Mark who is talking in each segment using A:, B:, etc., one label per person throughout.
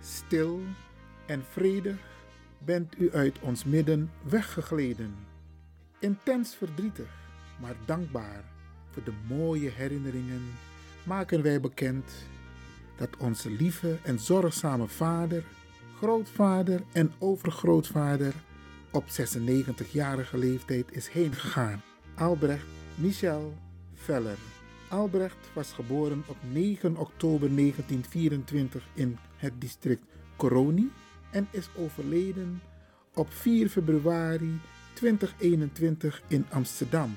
A: stil en vredig bent u uit ons midden weggegleden. Intens verdrietig, maar dankbaar voor de mooie herinneringen maken wij bekend dat onze lieve en zorgzame vader, grootvader en overgrootvader op 96-jarige leeftijd is heengegaan. Albrecht Michel Veller. Albrecht was geboren op 9 oktober 1924 in het district Coroni en is overleden op 4 februari 2021 in Amsterdam.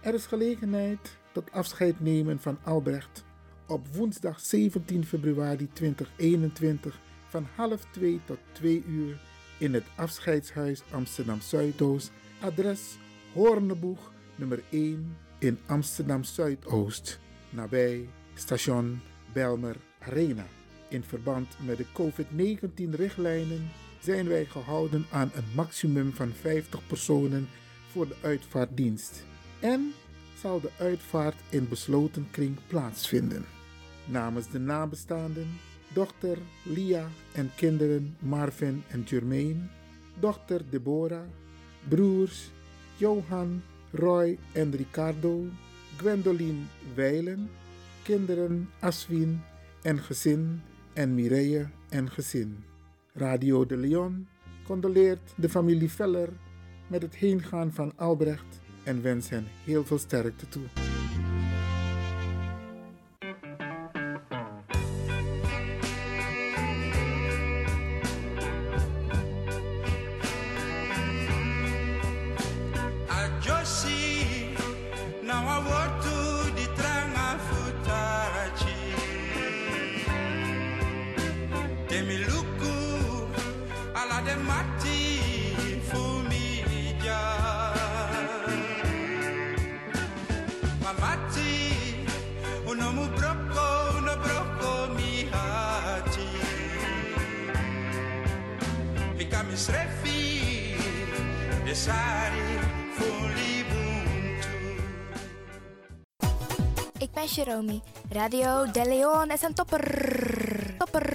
A: Er is gelegenheid tot afscheid nemen van Albrecht op woensdag 17 februari 2021 van half 2 tot 2 uur in het afscheidshuis Amsterdam Zuidoost, adres Hoorneboeg nummer 1 in Amsterdam Zuidoost, nabij station Belmer Arena. In verband met de COVID-19-richtlijnen zijn wij gehouden aan een maximum van 50 personen voor de uitvaartdienst. En zal de uitvaart in besloten kring plaatsvinden. Namens de nabestaanden, dochter Lia en kinderen Marvin en Germain, dochter Deborah, broers Johan, Roy en Ricardo, Gwendoline Weilen, kinderen Aswin en gezin en Mireille en gezin. Radio de Leon condoleert de familie Veller met het heengaan van Albrecht en wens hen heel veel sterkte toe.
B: Ik ben Jerome. Radio De Leon is een topper. Topper.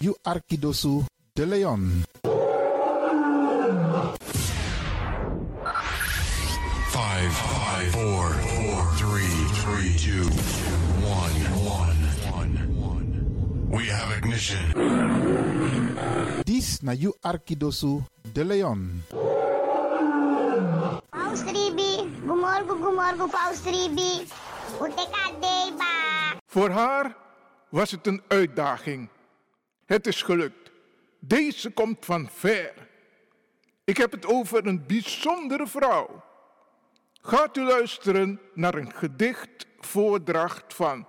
A: You Arkidosu de Leon.
C: Five, five, four, four, three, three, two, one, one, one, one. We have ignition.
A: This na You Arkidosu de Leon.
D: Paus Ribi, goedemorgen, goedemorgen Paus Ribi. Hoe deba.
E: Voor haar was het een uitdaging. Het is gelukt. Deze komt van ver. Ik heb het over een bijzondere vrouw. Gaat u luisteren naar een gedichtvoordracht van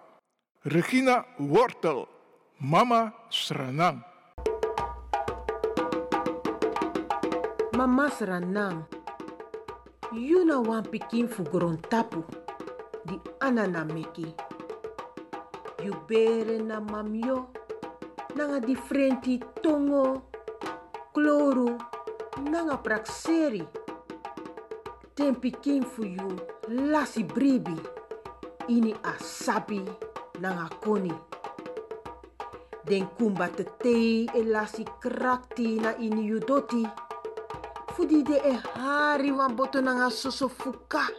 E: Regina Wortel, Mama Sranang.
F: Mama Sranam, you know one pikin for Grontapu, the Anana Meki. You bere na mamyo, nanga differenti tongo, kloro, nanga praxeri. Ten pikin for you, lasi bribi, ini asabi, nanga koni. Den kumba te tei e lasi krakti na ini yudoti. doti. fudi de e hari wan boto nanga soso fuka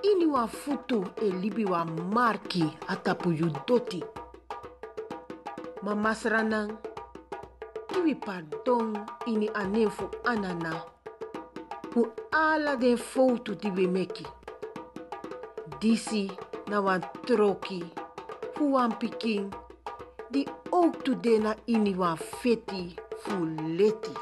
F: ini wan futu e libi wan marki a tapu yu doti ma masra nan iwi pardon ini a nen fu ana na fu ala den fowtu ti wi meki disi na wan troki fu wan pikin di ook tu de na ini wan feti fu leti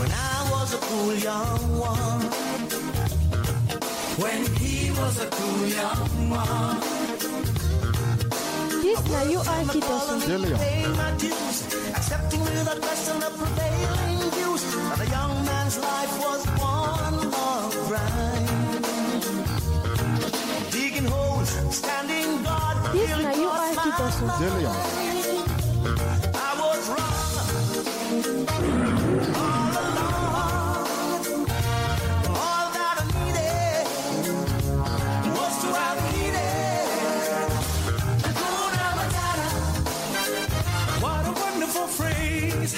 G: When I was a cool young one. When he was a cool young one.
B: This na you Arkidosu.
G: Following
A: Leon.
G: paying my dues, accepting without question the prevailing views. But a young man's life was one long grind. Digging
H: Pastor De Leon.
G: I was wrong all along. All that I needed was to have needed. Hakuna Matata. What a wonderful phrase.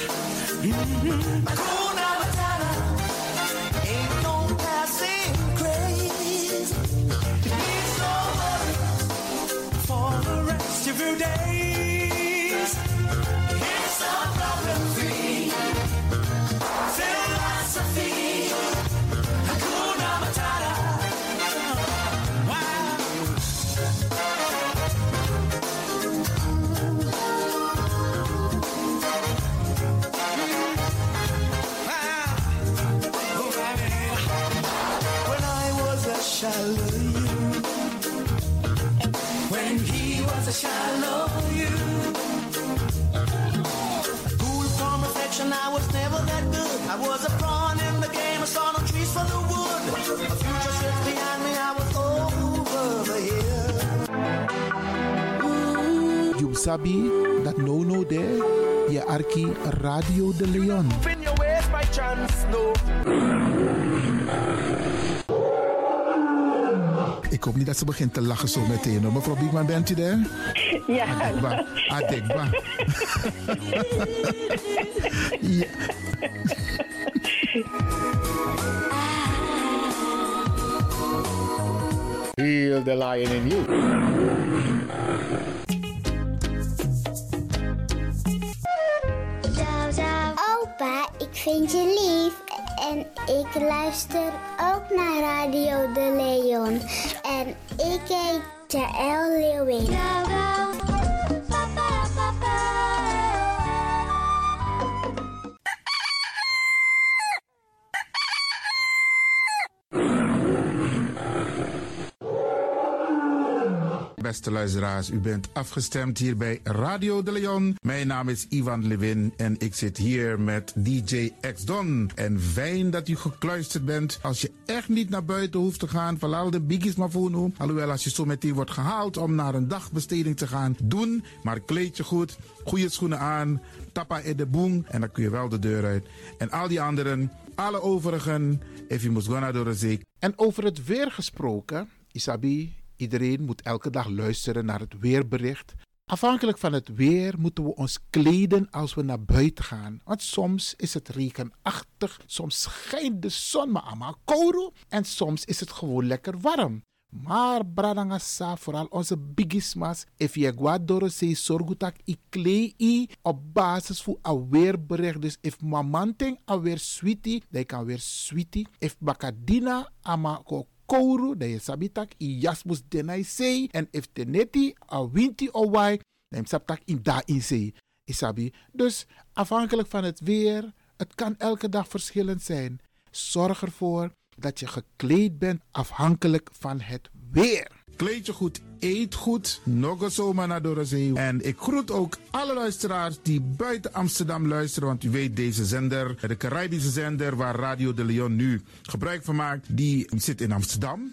G: Mhm. Hakuna Matata. Ain't no passing craze. It's no worry for the rest of your days. It's a problem-free philosophy. Hakuna Matata. Wow. Wow. Oh, baby. When I was a shallow you, when he was a shallow you, cool from affection, I was never that good. I was a pawn in the game, I saw no trees for the wood. A future sits behind me, I was over the hill.
A: You sabi that no no there, je arki Radio de Leon.
G: in your ways by chance, no.
A: Ik hoop niet dat ze begint te lachen zo meteen. hoor. Mevrouw Biekman, bent u daar?
F: Ja,
A: Adekba. Adekba. ja.
I: Heal the lion in you.
D: Opa, ik vind je lief. En ik luister ook naar Radio De Leon. En ik heet Jaël Leeuwin.
A: Beste luisteraars, u bent afgestemd hier bij Radio de Leon. Mijn naam is Ivan Levin en ik zit hier met DJ X Don. En fijn dat u gekluisterd bent. Als je echt niet naar buiten hoeft te gaan, verlaal de biggies maar voor nu. Alhoewel, als je zo meteen wordt gehaald om naar een dagbesteding te gaan, doen. Maar kleed je goed, goede schoenen aan, tappa in de boem en dan kun je wel de deur uit. En al die anderen, alle overigen, if you must go naar de zee,
H: En over het weer gesproken, Isabi, iedereen moet elke dag luisteren naar het weerbericht. Afhankelijk van het weer moeten we ons kleden als we naar buiten gaan. Want soms is het regenachtig, soms schijnt de zon maar allemaal kouro en soms is het gewoon lekker warm. Maar bradangasa, vooral onze bigismas, if je guadoro se sorgutak i klei i op basis van een weerbericht. Dus if mamanting a weer sweetie, dan kan weer sweetie. If bakadina ama ko kouru, dan je sabitak i jasmus denai sei. En if teneti a winti o wai, dan je sabitak in da in sei. Isabi. Dus afhankelijk van het weer, het kan elke dag verschillend zijn. Zorg ervoor dat je gekleed bent afhankelijk van het weer.
A: Kleed je goed, eet goed. Nog een zomaar naar Dorozee. En ik groet ook alle luisteraars die buiten Amsterdam luisteren. Want u weet, deze zender, de Caribische zender waar Radio de Leon nu gebruik van maakt, die zit in Amsterdam.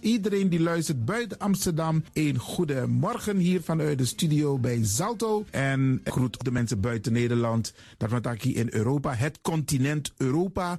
A: Iedereen die luistert buiten Amsterdam, een goede morgen hier vanuit de studio bij Zalto. En ik groet de mensen buiten Nederland, dat we het hier in Europa, het continent Europa.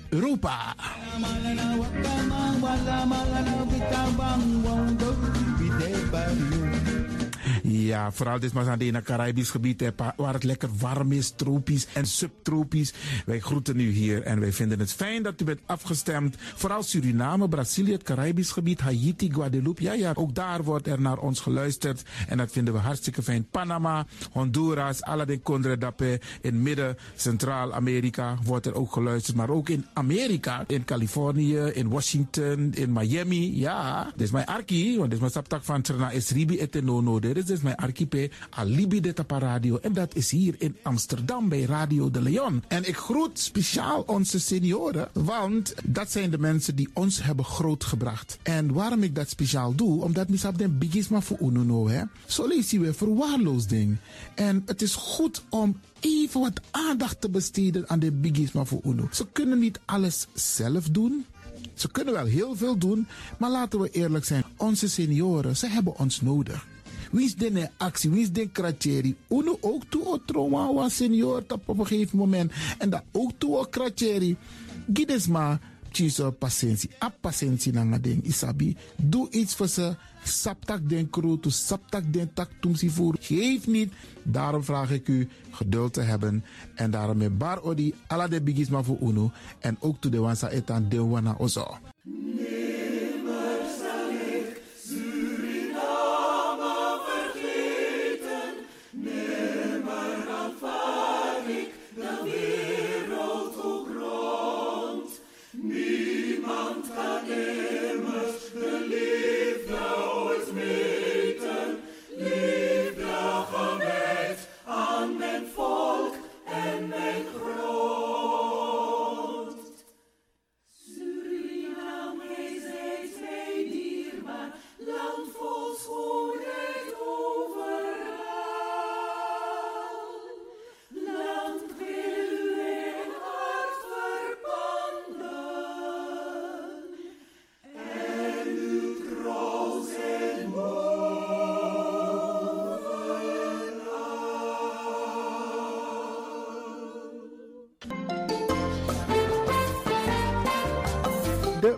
A: Europa. Ja, vooral dit maar aan het ene Caribisch gebied, hè, pa- waar het lekker warm is, tropisch en subtropisch. Wij groeten u hier en wij vinden het fijn dat u bent afgestemd. Vooral Suriname, Brazilië, het Caribisch gebied, Haiti, Guadeloupe. Ja, ja, ook daar wordt er naar ons geluisterd. En dat vinden we hartstikke fijn. Panama, Honduras, Aladdin Condre Dape. In midden, Centraal-Amerika wordt er ook geluisterd. Maar ook in Amerika, in Californië, in Washington, in Miami. Ja, dit is mijn arki, want dit is mijn saptak van Trena is Ribi et Nono. Dit is dus mijn archipe Alibi de Tapa Radio. En dat is hier in Amsterdam bij Radio de Leon. En ik groet speciaal onze senioren, want dat zijn de mensen die ons hebben grootgebracht. En waarom ik dat speciaal doe, omdat misap den bigisma voor Ununo, hè. Zo lees je weer verwaarloosding. En het is goed om even wat aandacht te besteden aan de bigisma voor Uno. Ze kunnen niet alles zelf doen. Ze kunnen wel heel veel doen, maar laten we eerlijk zijn. Onze senioren, ze hebben ons nodig. Wie is de actie, wie is de kratjeri? Uno ook toe o trauma wa senior tap op een gegeven moment. En dat ook toe o kratjeri. Gides maar, eh, tjiso patiëntie. A patiëntie na nga ding, isabi. Doe iets voor ze. Saptak den kroto, saptak den tak tumsi voer. Geef niet. Daarom vraag ik u geduld te hebben. En daarom met bar odi, ala de bigisma voor uno. En ook toe de wansa etan de wana ozo.
E: De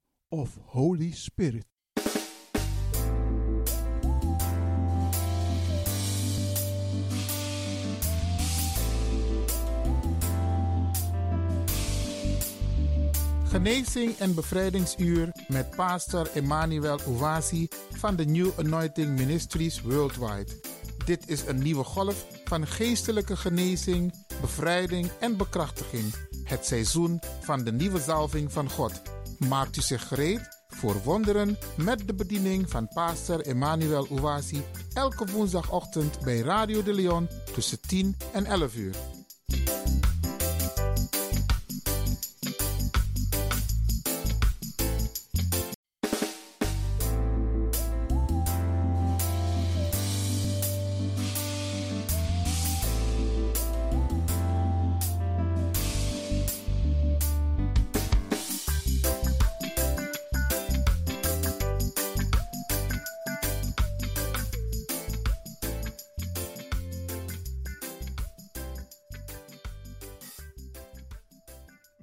J: of Holy Spirit.
E: Genezing en bevrijdingsuur met pastor Emmanuel Ouasi van de New Anointing Ministries Worldwide. Dit is een nieuwe golf van geestelijke genezing, bevrijding en bekrachtiging. Het seizoen van de nieuwe zalving van God. Maakt u zich gereed voor wonderen met de bediening van pastor Emmanuel Ouasi elke woensdagochtend bij Radio de Leon tussen 10 en 11 uur.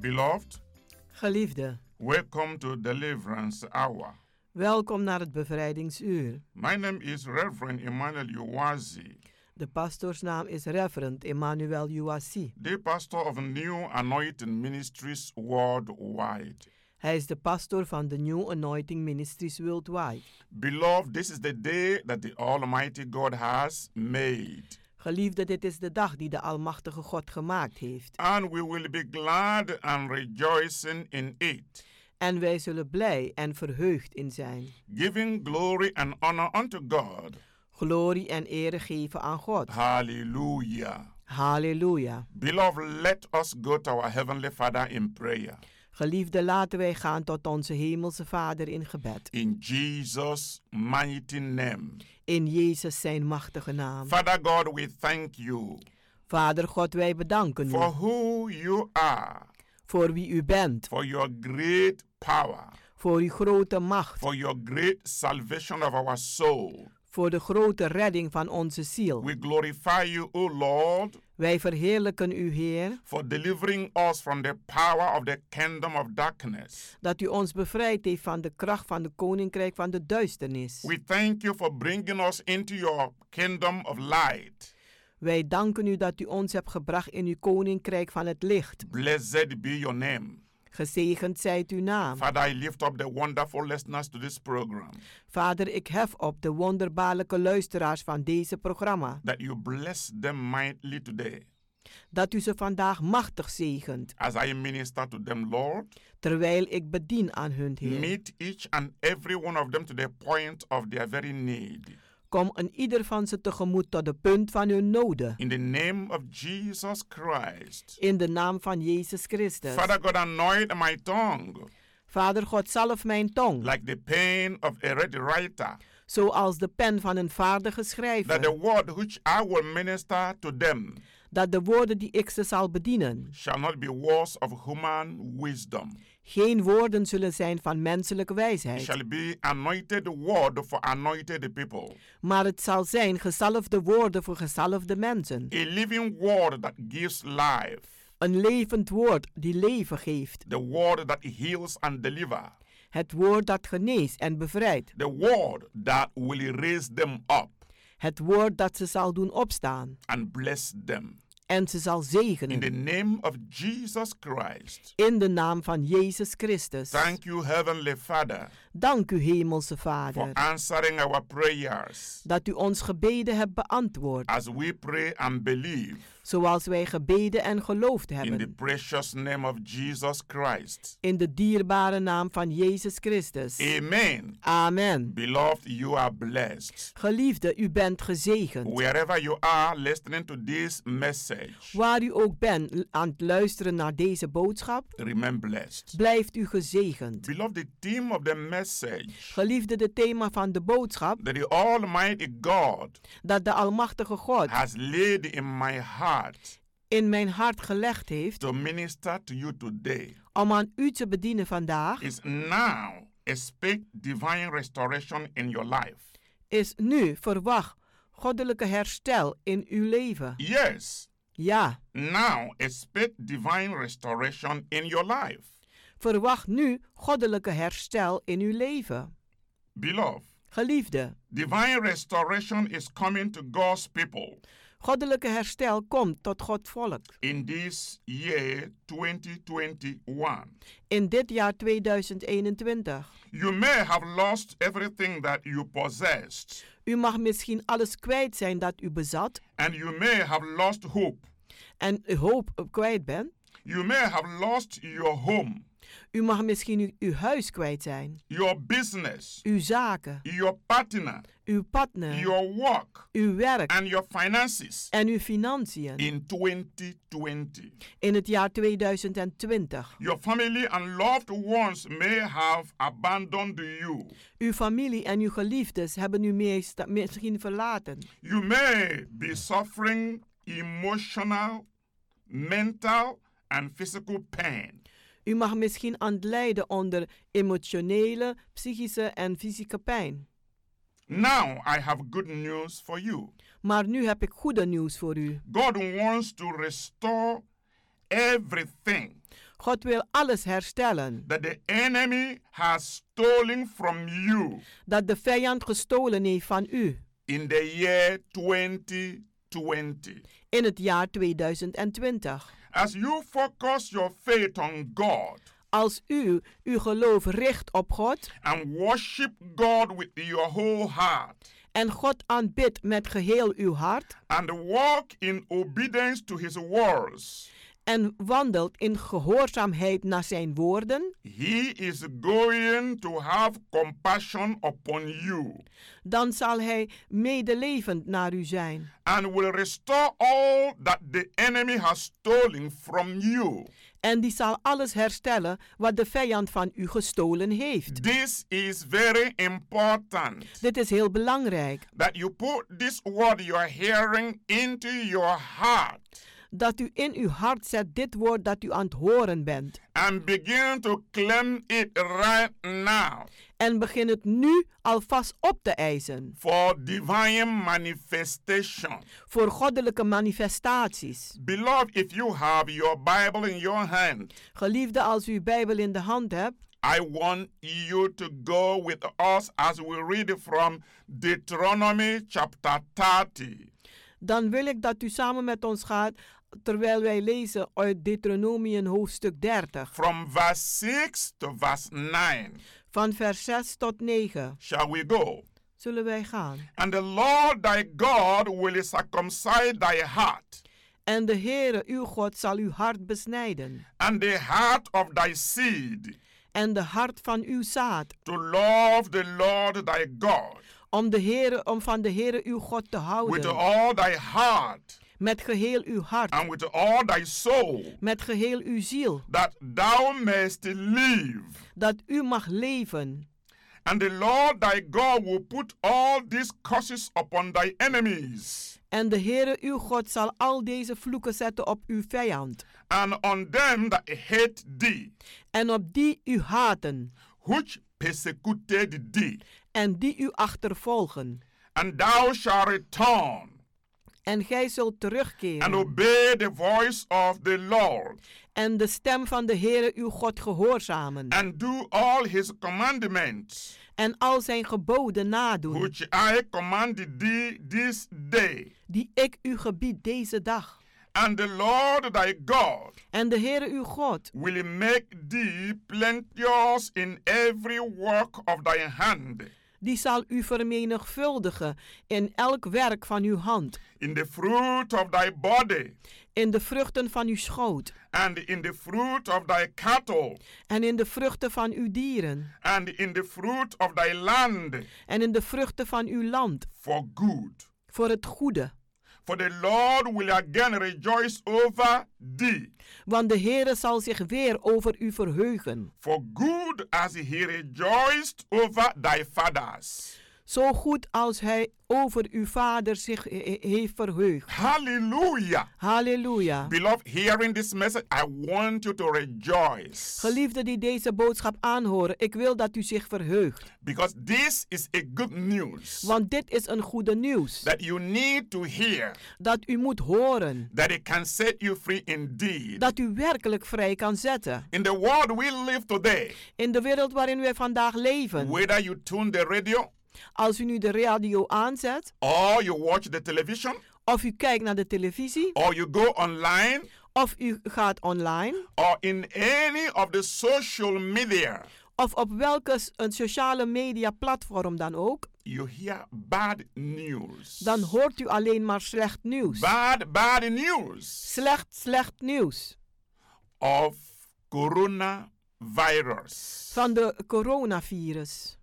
B: Beloved,
G: Geliefde,
B: welcome to Deliverance Hour.
G: welkom naar het bevrijdingsuur.
B: My name is Reverend Emmanuel Uwazi,
G: De pastoorsnaam is Reverend Emmanuel Uwasi.
B: the pastor of New Anointing Ministries worldwide.
G: Hij is de pastoor van de New Anointing Ministries Worldwide.
B: Beloved, this is the day that the Almighty God has made,
G: Geliefde, dit is de dag die de Almachtige God gemaakt heeft.
B: and we will be glad and rejoicing in it,
G: En wij zullen blij en verheugd in zijn.
B: giving glory and honor unto God.
G: Glorie en ere geven aan God.
B: Hallelujah.
G: Halleluja.
B: Beloved, let us go to our Heavenly Father in prayer.
F: Geliefde, laten wij gaan tot onze Hemelse Vader in gebed.
E: In Jesus' mighty name.
F: In Jezus zijn machtige naam.
E: Father God, we thank you
F: Vader God, wij bedanken u
E: for who you are,
F: voor wie u bent,
E: for your great power,
F: voor uw grote macht,
E: for your great salvation of our soul.
F: voor de grote redding van onze ziel.
E: We glorify you, O Lord,
F: Wij verheerlijken u, Heer,
E: for delivering us from the power of the kingdom of darkness.
F: dat u ons bevrijd heeft van de kracht van de koninkrijk van de duisternis.
E: We thank you for bringing us into your kingdom of light.
F: Wij danken u dat u ons hebt gebracht in uw koninkrijk van het licht.
E: Blessed be your name.
F: Gezegend zijt uw naam.
E: Father, I lift up the wonderful listeners to this program
F: Vader, ik hef op de wonderbaarlijke luisteraars van deze programma.
E: that you bless them mightily today.
F: Dat u ze vandaag machtig zegent,
E: As I minister to them, Lord,
F: terwijl ik bedien aan hun Heer.
E: meet each and every one of them to the point of their very need.
F: Kom een ieder van ze tegemoet tot de punt van hun noden.
E: In the name of Jesus Christ.
F: In de naam van Jezus Christus.
E: Father God, anoint my tongue
F: Vader God, zalf mijn tong,
E: like the pen of a ready writer,
F: zoals de pen van een vaardige
E: that the
F: schrijver,
E: word which I will minister to them
F: dat de woorden die ik ze zal bedienen,
E: shall not be words of human wisdom.
F: geen woorden zullen zijn van menselijke
E: It
F: wijsheid,
E: shall be anointed word for anointed people,
F: maar het zal zijn gezalfde woorden voor gezalfde mensen.
E: a living word that gives life,
F: Een levend woord die leven geeft,
E: the word that heals and delivers,
F: het woord dat geneest en bevrijdt,
E: the word that will raise them up
F: het woord dat ze zal doen opstaan
E: and bless them.
F: en ze zal
E: In the
F: zegenen.
E: name of Jesus Christ.
F: In de naam van Jezus Christus.
E: Thank you, Heavenly Father,
F: Dank u, Hemelse
E: for
F: Vader,
E: answering our prayers
F: dat u ons gebeden hebt beantwoord.
E: as we pray and believe
F: zoals wij gebeden en geloofd
E: in the
F: hebben.
E: precious name of Jesus Christ.
F: In de dierbare naam van Jezus Christus.
E: Amen.
F: Ah. Amen.
E: Beloved, you are blessed.
F: Geliefde, u bent gezegend.
E: Wherever you are listening to this message,
F: Waar u ook bent l- aan het luisteren naar deze boodschap,
E: remain blessed.
F: blijft u gezegend.
E: Beloved, the theme of the message
F: Geliefde, het thema van de boodschap
E: that the Almighty God
F: dat de Almachtige God
E: has laid in my heart
F: in mijn hart gelegd heeft
E: to minister to you today
F: om aan u te bedienen vandaag,
E: is now expect divine restoration in your life.
F: is nu verwacht goddelijke herstel in uw leven.
E: Yes,
F: Ja,
E: now expect divine restoration in your life.
F: verwacht nu goddelijke herstel in uw leven.
E: Beloved,
F: Geliefde,
E: divine restoration is coming to God's people
F: Goddelijke herstel komt tot God volk.
E: in this year 2021.
F: In dit jaar 2021.
E: You may have lost everything that you possessed,
F: U mag misschien alles kwijt zijn dat u bezat
E: and you may have lost hope.
F: en uw hoop eh, kwijt bent.
E: You may have lost your home,
F: U mag misschien uw, uw huis kwijt zijn,
E: your business,
F: uw zaken,
E: your partner,
F: uw partner,
E: your work,
F: uw werk
E: and your finances
F: en uw financiën.
E: in 2020.
F: In het jaar 2020.
E: Your family and loved ones may have abandoned you.
F: Uw familie en uw geliefdes hebben u meest- misschien verlaten.
E: You may be suffering emotional, mental, and physical pain.
F: U mag misschien aan het lijden onder emotionele, psychische en fysieke pijn.
E: Now I have good news for you.
F: Maar nu heb ik goede nieuws voor u.
E: God wants to restore everything
F: God wil alles herstellen
E: that the enemy has stolen from you
F: dat de vijand gestolen heeft van u
E: in the year 2020.
F: in het jaar 2020.
E: As you focus your faith on God
F: Als u uw geloof richt op God
E: and worship God with your whole heart
F: en God aanbidt met geheel uw hart
E: and walk in obedience to his words,
F: en wandelt in gehoorzaamheid naar zijn woorden,
E: he is going to have compassion upon you
F: dan zal hij medelevend naar u zijn
E: and will restore all that the enemy has stolen from you
F: En die zal alles herstellen wat de vijand van u gestolen heeft.
E: This is very important.
F: Dit is heel belangrijk.
E: That you put this word you are hearing into your heart.
F: Dat u in uw hart zet dit woord dat u aan het horen bent.
E: And begin to claim it right now.
F: En begin het nu alvast op te eisen.
E: For divine manifestation.
F: Voor goddelijke manifestaties.
E: Beloved, if you have your Bible in your hand.
F: Geliefde, als u uw Bijbel in de hand hebt.
E: I want you to go with us as we read from Deuteronomy chapter 30.
F: Dan wil ik dat u samen met ons gaat terwijl wij lezen uit Deuteronomium hoofdstuk 30.
E: From verse 6 to verse 9.
F: Van vers 6 tot 9.
E: Shall we go?
F: Zullen wij gaan?
E: And the Lord thy God will circumcise thy heart.
F: En de Heere uw God zal uw hart besnijden.
E: And the heart of thy seed
F: en de hart van uw zaad.
E: To love the Lord thy God.
F: Om, de Heere, om van de Heere uw God te houden.
E: With all thy heart.
F: Met geheel uw hart.
E: And with all thy soul.
F: Met geheel uw ziel.
E: That thou mayst live.
F: Dat u mag leven.
E: And the Lord thy God will put all these curses upon thy enemies.
F: En de Heere uw God zal al deze vloeken zetten op uw vijand.
E: And on them that hate thee.
F: En op die u haten.
E: Which persecuted thee.
F: En die u achtervolgen.
E: And thou shalt return.
F: En gij zult terugkeren.
E: And obey the voice of the Lord.
F: En de stem van de Heere uw God gehoorzamen.
E: And do all his commandments.
F: En al zijn geboden nadoen.
E: Which I commanded thee this day.
F: Die ik u gebied deze dag.
E: And the Lord thy God
F: en de Heere uw God
E: will make thee plenteous in every work of thy hand.
F: Die zal u vermenigvuldigen in elk werk van uw hand.
E: In the fruit of thy body.
F: In de vruchten van uw schoot.
E: And in the fruit of thy cattle.
F: En in de vruchten van uw dieren.
E: And in the fruit of thy land.
F: En in de vruchten van uw land.
E: For good.
F: Voor het goede.
E: For the Lord will again rejoice over thee.
F: Want de Heere zal zich weer over u verheugen.
E: For good as he rejoiced over thy fathers.
F: Zo goed als hij over uw vader zich he heeft verheugd.
E: Halleluja.
F: Halleluja.
E: Beloved, hearing this message, I want you to rejoice.
F: Geliefden die deze boodschap aanhoren, ik wil dat u zich verheugt.
E: Because this is a good news.
F: Want dit is een goede nieuws.
E: That you need to hear.
F: Dat u moet horen.
E: That it can set you free indeed.
F: Dat u werkelijk vrij kan zetten.
E: In the world we live today.
F: In de wereld waarin wij vandaag leven.
E: Whether you tune the radio
F: als u nu de radio aanzet.
E: Or you watch the television.
F: Of u kijkt naar de televisie.
E: Or you go online.
F: Of u gaat online.
E: Or in any of the social media.
F: Of op welke een sociale media platform dan ook.
E: You hear bad news.
F: Dan hoort u alleen maar slecht nieuws.
E: Bad, bad news.
F: Slecht, slecht nieuws.
E: Of coronavirus.
F: Van de coronavirus.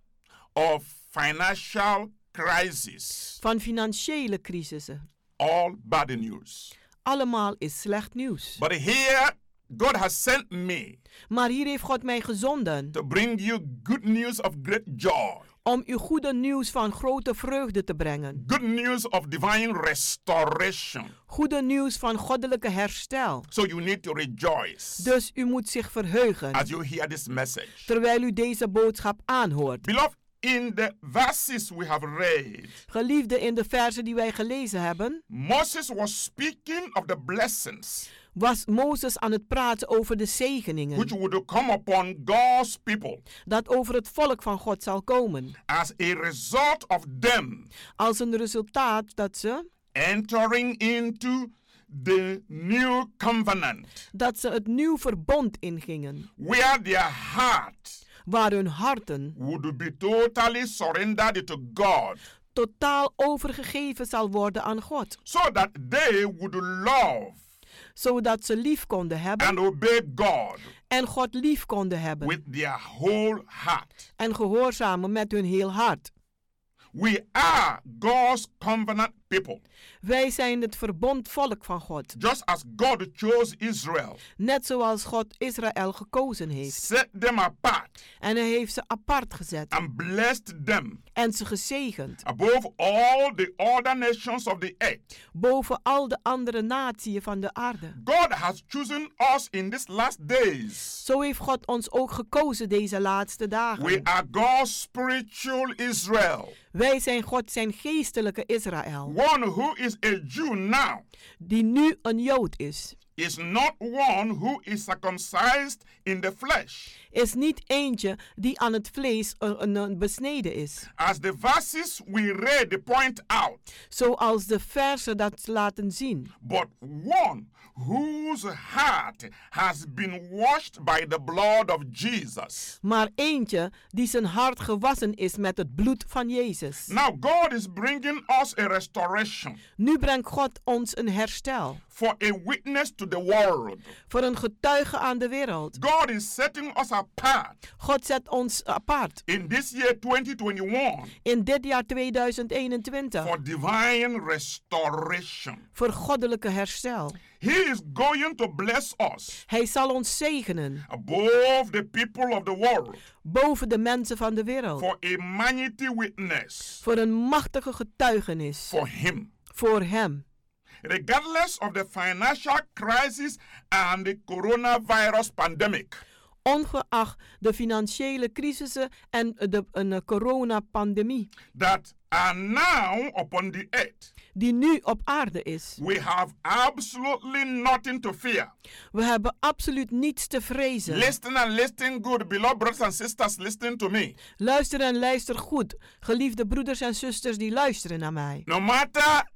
E: Of financial crisis.
F: Van financiële crisissen.
E: All bad news.
F: Allemaal is slecht nieuws.
E: But here God has sent me.
F: Maar hier heeft God mij gezonden.
E: To bring you good news of great joy.
F: Om u goede nieuws van grote vreugde te brengen.
E: Good news of divine restoration.
F: Goede nieuws van goddelijke herstel.
E: So you need to rejoice.
F: Dus u moet zich verheugen.
E: As you hear this message.
F: Terwijl u deze boodschap aanhoort.
E: Beloved, in the verses we have read.
F: Geliefde in de verzen die wij gelezen hebben.
E: Moses was speaking of the blessings.
F: Was Mozes aan het praten over de zegeningen.
E: Which would come upon God's people.
F: Dat over het volk van God zal komen.
E: As a result of them.
F: Als een resultaat dat ze
E: entering into the new covenant.
F: Dat ze het nieuw verbond ingingen.
E: Where their heart
F: waar hun harten
E: would be totally surrendered to God.
F: Totaal overgegeven zal worden aan God.
E: Zodat so they would love.
F: Zodat ze lief konden hebben.
E: And obey God.
F: En God lief konden hebben.
E: With their whole heart.
F: En gehoorzamen met hun heel hart.
E: We are God's covenant people.
F: Wij zijn het verbond volk van God.
E: Just as God chose Israel,
F: Net zoals God Israël gekozen heeft.
E: set them apart,
F: En hij heeft ze apart gezet.
E: and blessed them
F: En ze gezegend.
E: above all the other nations of the earth.
F: Boven al de andere natieën van de aarde.
E: God has chosen us in these last days.
F: Zo heeft God ons ook gekozen deze laatste
E: We
F: dagen.
E: are God's spiritual Israel,
F: Wij zijn God zijn geestelijke Israël.
E: one who is a Jew now.
F: Die nu een Jood is.
E: is not one who is circumcised in the flesh,
F: Is niet eentje die aan het vlees eh, een- een besneden is.
E: as the verses we read point out,
F: Zoals de verzen dat laten zien.
E: but one whose heart has been washed by the blood of Jesus.
F: Maar eentje die zijn hart gewassen is met het bloed van Jezus.
E: Now, God is bringing us a restoration
F: Nu brengt God ons een herstel.
E: for a witness to the world.
F: Voor een getuige aan de wereld.
E: God is setting us apart
F: God zet ons apart.
E: in this year 2021
F: In dit jaar 2021.
E: for divine restoration.
F: Voor goddelijke herstel.
E: He is going to bless us
F: Hij zal ons zegenen.
E: above the people of the world.
F: Boven de mensen van de wereld.
E: for a mighty witness
F: Voor een machtige getuigenis.
E: for him.
F: Voor hem.
E: Regardless of the financial crisis and the coronavirus pandemic,
F: Ongeacht de financiële crisissen en de een eh, coronapandemie.
E: that are now upon the earth,
F: Die nu op aarde is.
E: we have absolutely nothing to fear.
F: We hebben absoluut niets te vrezen.
E: Listen and listen good, beloved brothers and sisters, listen to me.
F: Luister en luister goed, geliefde broeders en zusters die luisteren naar mij.
E: No matter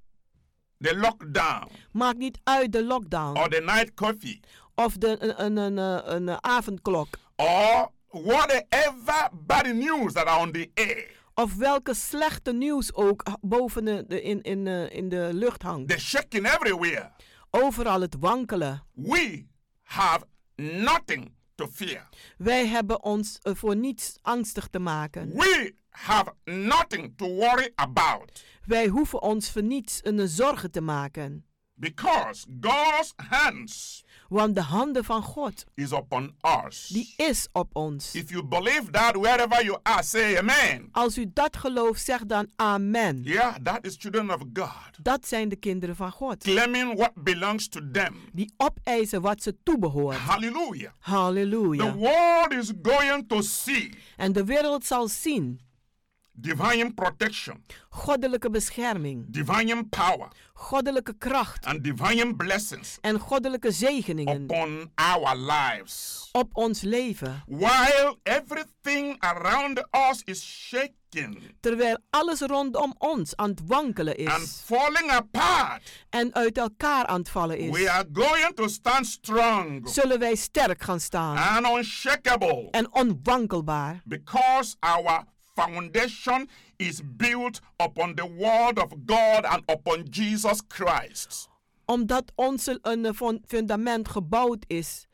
E: the lockdown
F: Maakt niet uit de lockdown
E: or the night coffee
F: of de, een, een, een, eh, een, eh, avondklok
E: or whatever bad news that are on the air,
F: of welke slechte nieuws ook h- boven de, de- in, in, eh, in de lucht hangt.
E: the shaking everywhere,
F: Overal het wankelen.
E: we have nothing to fear.
F: Wij hebben ons eh, voor niets angstig te maken.
E: We have nothing to worry about
F: Wij hoeven ons voor niets een zorgen te maken.
E: because God's hands
F: Want de handen van God,
E: is upon us.
F: die is op ons.
E: If you believe that wherever you are, say amen.
F: Als u dat gelooft, zeg dan amen.
E: Yeah, that is children of God
F: Dat zijn de kinderen van God.
E: claiming what belongs to them.
F: die opeisen wat ze toebehoort.
E: Hallelujah. The
F: Halleluja.
E: Nou- world is going to see
F: En de wereld zal zien
E: divine protection,
F: goddelijke bescherming,
E: divine power,
F: goddelijke kracht
E: and divine blessings
F: en goddelijke zegeningen
E: upon our lives.
F: op ons leven.
E: While everything around us is shaking
F: Terwijl alles rondom ons aan het wankelen
E: and
F: is
E: falling apart,
F: en uit elkaar aan het vallen
E: We
F: is,
E: are going to stand strong
F: zullen wij sterk gaan staan
E: and unshakable
F: en onwankelbaar.
E: because our foundation is built upon the word of God and upon Jesus Christ.
F: Omdat ons een eh, fun- fundament gebouwd is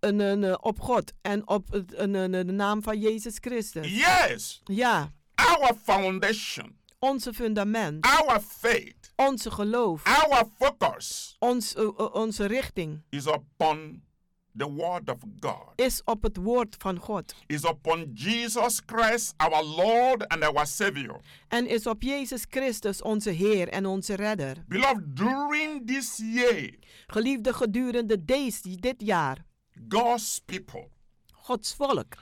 F: een, een, eh, op God en op het- een, een, een, de naam van Jezus Christus.
E: Yes,
F: Ja,
E: our foundation,
F: onze fundament.
E: our faith,
F: Onze geloof,
E: our focus
F: ons, eh, eh, onze richting
E: is upon the word of God,
F: is op het woord van God
E: is upon Jesus Christ, our Lord and our Savior.
F: en is op Jezus Christus onze Heer en onze Redder.
E: Beloved, during this year,
F: Geliefde gedurende deze, dit jaar,
E: God's people
F: Gods volk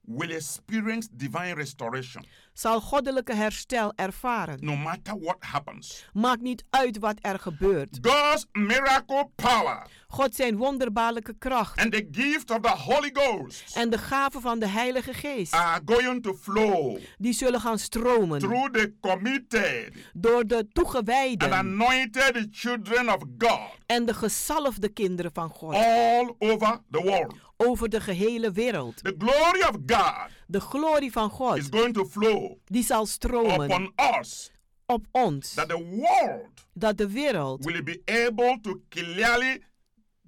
E: will experience divine restoration.
F: zal goddelijke herstel ervaren.
E: no matter what happens.
F: Maakt niet uit wat er gebeurt.
E: God's miracle power
F: God zijn wonderbaarlijke kracht
E: and the gift of the Holy Ghost
F: en de gaven van de Heilige Geest
E: are going to flow
F: die zullen gaan stromen
E: through the committed
F: door de
E: and
F: toegewijden
E: anointed children of God
F: en de gezalfde kinderen van God
E: all over the world.
F: over de gehele wereld.
E: The glory of God
F: De glorie van God
E: is going to flow
F: die zal stromen
E: upon us
F: op ons.
E: that the world
F: Dat de wereld
E: will be able to clearly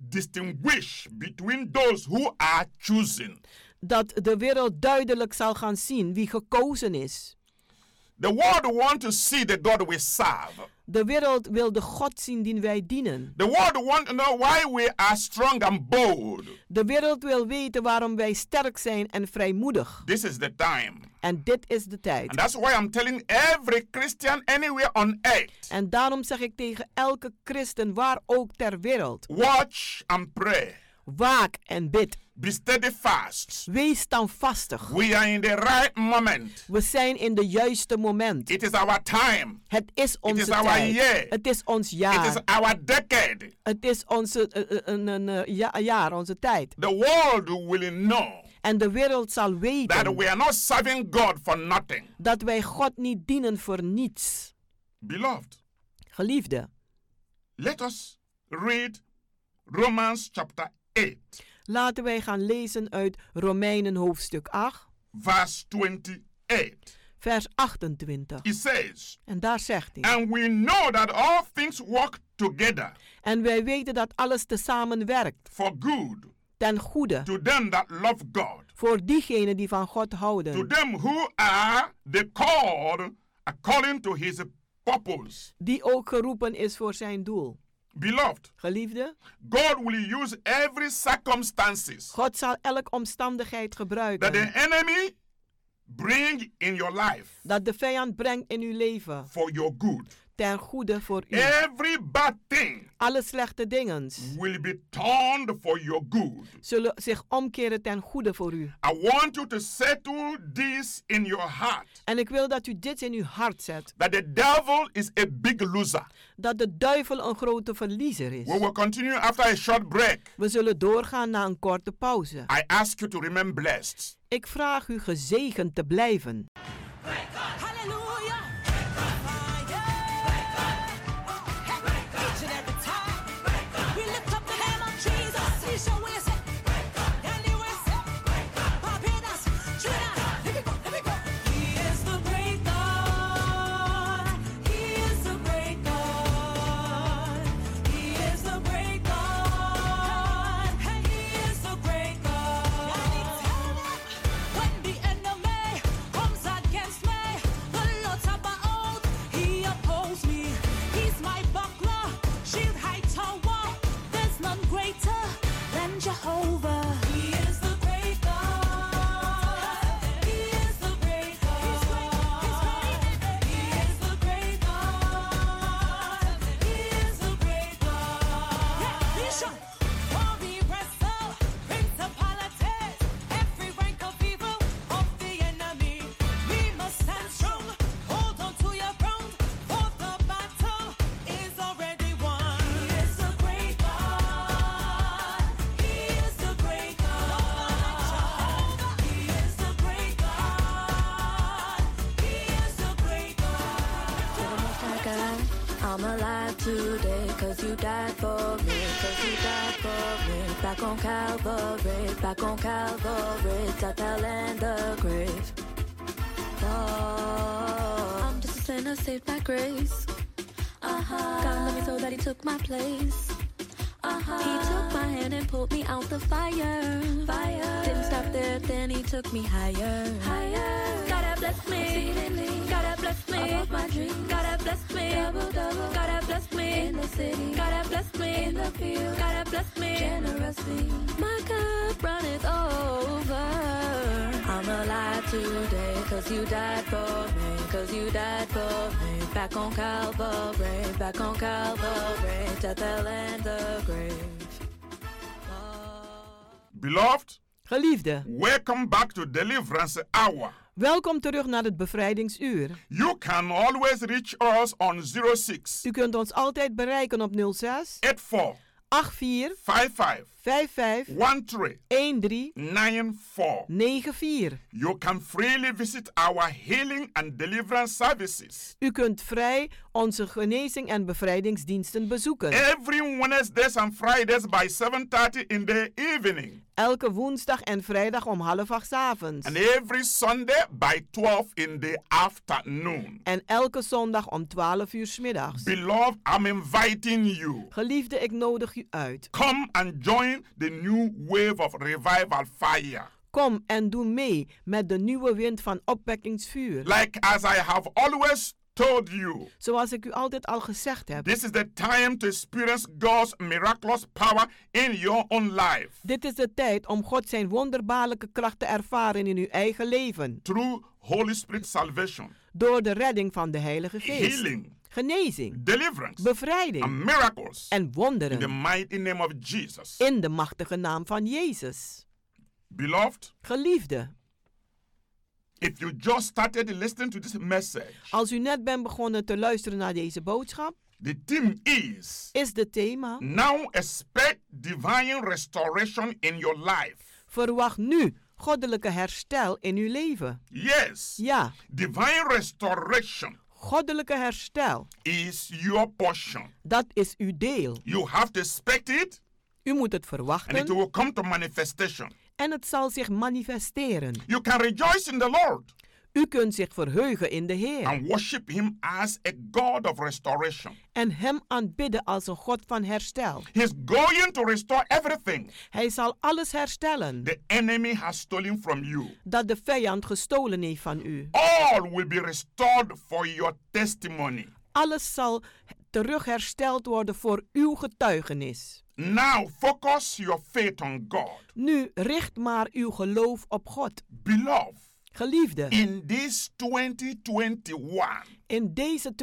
E: distinguish between those who are chosen.
F: dat de wereld duidelijk zal gaan zien wie gekozen is.
E: The world want to see the God we serve.
F: De wereld wil de God zien die wij dienen.
E: The world want to know why we are strong and bold.
F: De wereld wil weten waarom wij sterk zijn en vrijmoedig.
E: This is the time.
F: En dit is de tijd.
E: And that's why I'm telling every Christian anywhere on earth,
F: En daarom zeg ik tegen elke christen, waar ook ter wereld,
E: watch and pray.
F: waak en bid.
E: Be steadfast.
F: Wees standvastig.
E: We are in the right moment.
F: We zijn in de juiste moment.
E: It is our time.
F: Het is onze
E: is our
F: tijd.
E: year.
F: Het is ons
E: It
F: jaar.
E: is our decade.
F: Het is onze eh, eh, een- een, eh, ja- jaar, onze tijd.
E: The world will know
F: En de wereld zal
E: that we
F: weten
E: are not serving God for nothing.
F: dat wij God niet dienen voor niets.
E: Beloved,
F: Geliefde,
E: let us read Romans chapter 8,
F: laten wij gaan lezen uit Romeinen hoofdstuk 8,
E: verse 28.
F: vers 28.
E: It says,
F: En daar zegt hij.
E: And we know that all things work together
F: En wij weten dat alles tezamen werkt
E: for good
F: ten goede
E: to them that love God,
F: voor diegenen die van God houden.
E: to them who are the called according to his purpose.
F: Die ook geroepen is voor zijn doel.
E: Beloved,
F: Geliefde,
E: God will use every circumstances
F: God zal elke
E: that
F: omstandigheid
E: the
F: gebruiken
E: enemy bring in your life
F: dat de vijand brengt in uw leven
E: for your good.
F: ten goede voor u.
E: Every bad thing
F: Alle slechte dingen
E: will be turned for your good.
F: zullen zich omkeren ten goede voor u.
E: I want you to settle this in your heart
F: En ik wil dat u dit in uw hart zet.
E: that the devil is a big loser.
F: Dat de duivel een grote verliezer
E: We
F: is.
E: will continue after a short break.
F: We zullen doorgaan na een korte pauze.
E: I ask you to remain blessed.
F: Ik vraag u gezegend te blijven.
G: Jehovah, He is the great God. He is the great God. He's great. He's great. He is the great God. He is the great God. Yeah, he shall. For we wrestle principalities, every rank of evil of the enemy. We must stand strong. Hold on to your ground. For the battle is already won. He is the great God. He is the great God. He is the great God. He is the great God.
K: I'm alive today cause you died for me, cause you died for me. Back on Calvary, back on Calvary, death, hell and the grave. Oh, I'm just a sinner saved by grace. Uh-huh. God loved me so that he took my place. Uh-huh. He took my hand and pulled me out the fire. Fire. Didn't stop there, then he took me higher. Higher. God have blessed me. Exceedingly. God have blessed me. Above my dreams. God have blessed me. Double, double. God have blessed me. In the city. God have blessed me. In the field. God have blessed me. Generously. My cup runneth over. I'm alive today cause you died for me, cause you died for me. Back on Calvary, back on Calvary, death, hell and the grave.
E: Beloved,
F: Geliefde,
E: welcome back to Deliverance Hour.
F: welkom terug naar het bevrijdingsuur.
E: You can always reach us on 06
F: U kunt ons altijd bereiken op 06
E: 84
F: 84
E: 55
F: 55
E: 13
F: 13
E: 94.
F: 94.
E: You can freely visit our healing and deliverance services
F: U kunt vrij onze genezing en bevrijdingsdiensten bezoeken.
E: every Wednesdays and Fridays by 7:30 in the evening
F: Elke woensdag en vrijdag om half acht 's avonds.
E: and every Sunday by 12 in the afternoon.
F: En elke zondag om 12 uur 's middags.
E: Beloved, I'm inviting you.
F: Geliefde, ik nodig u uit.
E: Come and join the new wave of revival fire.
F: Kom en doe mee met de nieuwe wind van opwekkingsvuur.
E: Like as I have always told you,
F: Zoals ik u altijd al gezegd heb.
E: this is the time to experience God's miraculous power in your own life
F: Dit is de tijd om God zijn wonderbaarlijke kracht te ervaren in uw eigen leven.
E: through Holy Spirit salvation,
F: Door de redding van de Heilige Geest.
E: healing,
F: Genezing,
E: deliverance, and
F: bevrijding
E: miracles
F: en
E: in the
F: wonderen.
E: mighty name of Jesus.
F: In de machtige naam van Jezus.
E: Beloved,
F: Geliefde,
E: if you just started listening to this message,
F: als u net bent begonnen te luisteren naar deze boodschap,
E: the theme is
F: is de thema
E: now expect divine restoration in your life.
F: Verwacht nu goddelijke herstel in uw leven.
E: Yes,
F: Ja,
E: divine restoration
F: goddelijke herstel,
E: is your portion.
F: dat is uw deel.
E: You have to expect it
F: U moet het
E: and it
F: verwachten
E: will come to manifestation.
F: en het zal zich manifesteren.
E: You can rejoice in the Lord
F: U kunt zich verheugen in de Heer
E: and worship Him as a God of restoration.
F: en Hem aanbidden als een God van herstel.
E: He's going to restore everything
F: Hij zal alles herstellen
E: the enemy has stolen from you.
F: dat de vijand gestolen heeft van u.
E: All will be restored for your testimony.
F: Alles zal terughersteld worden voor uw getuigenis.
E: Now focus your faith on God.
F: Nu richt maar uw geloof op God.
E: Beloved,
F: Geliefde,
E: in this 2021,
F: in deze